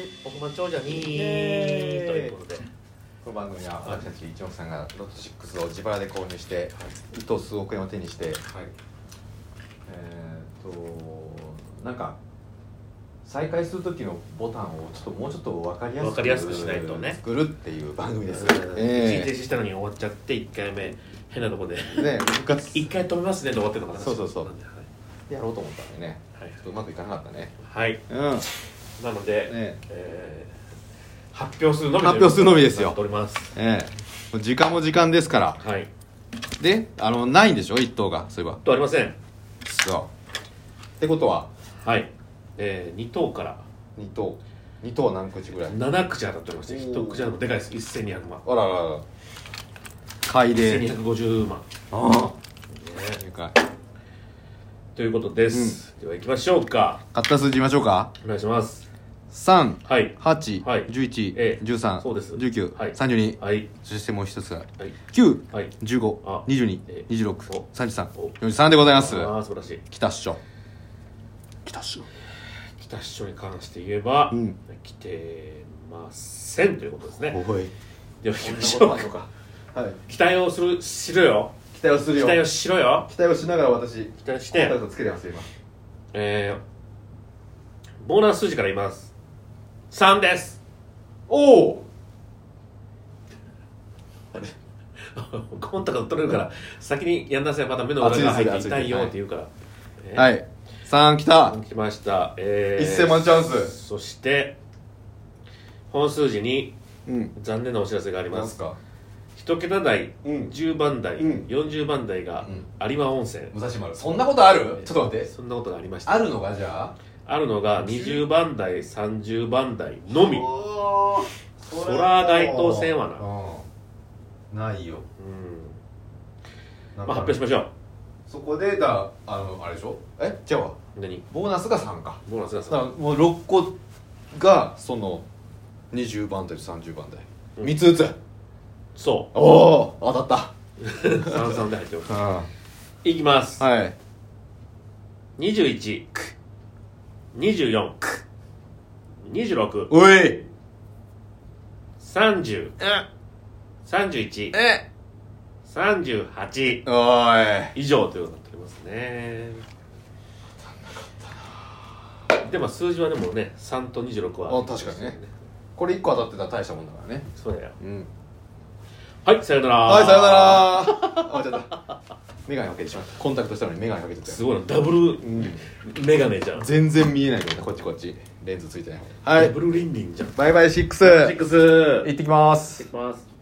イ表情にとエーイいうことでこの番組は私たち一目さんがロト6を自腹で購入して一等数億円を手にしてはいえーっとなんか再開する時のボタンをちょっともうちょっと分かりやすく分かりやすくしないとね作るっていう番組です、一時停止えしたのに終わっちゃって1回目変なとこでえね復活1回止めますねで終わってるのかなそうそうそうなんではやろうと思ったんでねいちょっとうまくいかなかったねはい、はうい、んなので、ええー発表するのみ発表するのみですよということになっておりえええ時間も時間ですからますはいであのないんでしょ一等がそういえばとありませんそうってことははい、えー、2等から二等二等何口ぐらい7口当たっておりましておー1口当たってでかいです1200万あらららら買いで1250万、ね、ああでかいということです、では行きましょうか買った数字言いましょうかお願いします三はい八はい十一ええ十三そうです十九はい三十二はいそしてもう一つがはい九はい十あ五二十二ええ二十六お三十三お四十三でございますああ素晴らしい来たっしょ来たっしょ北市長に関して言えば、うん来てませんということですねおいでは行きましこょんうなことあんの はかい期待をするしろよ期待をする期よ待をしろよ期待をしながら私期待してをつけてます今えー、ボーナス数字から言います3ですおお コンタクト取れるから先にやんなさいまた目の裏が入って痛いよって言うから、えーはい三来た来ました、えー、 1000万チャンスそして本数字にうん残念なお知らせがありなまんすすか一桁台、うん10番台、うん40番台がう有馬温泉、武蔵丸そんなことあるちょっと待ってそんなことがありましたあるのがじゃああるのが20番台30番台のみうおーそれそら該当せんわななないよんままあ発表しましょそこでだあのあれでしょえじゃあう何ボーナスが3かボーナスがだからさもう6個がその20番台と30番台うん3つ打つそおお当たっう33で入ってますたうんいきます、はい21 24 26おい30え31え38おい以上ということになっておりますねでも数字はでもね3と26はあ確かにねこれ1個当たってたら大したもんだからねそうだようんはいさよならはいさよならあちょっと眼鏡かけてしまったコンタクトしたのに眼鏡かけてたすよごいなダブルうんメガネじゃん全然見えないけどねこっちこっちレンズついてないはダいブルリンリンじゃんバイバイシッ6クス行ってきますいきます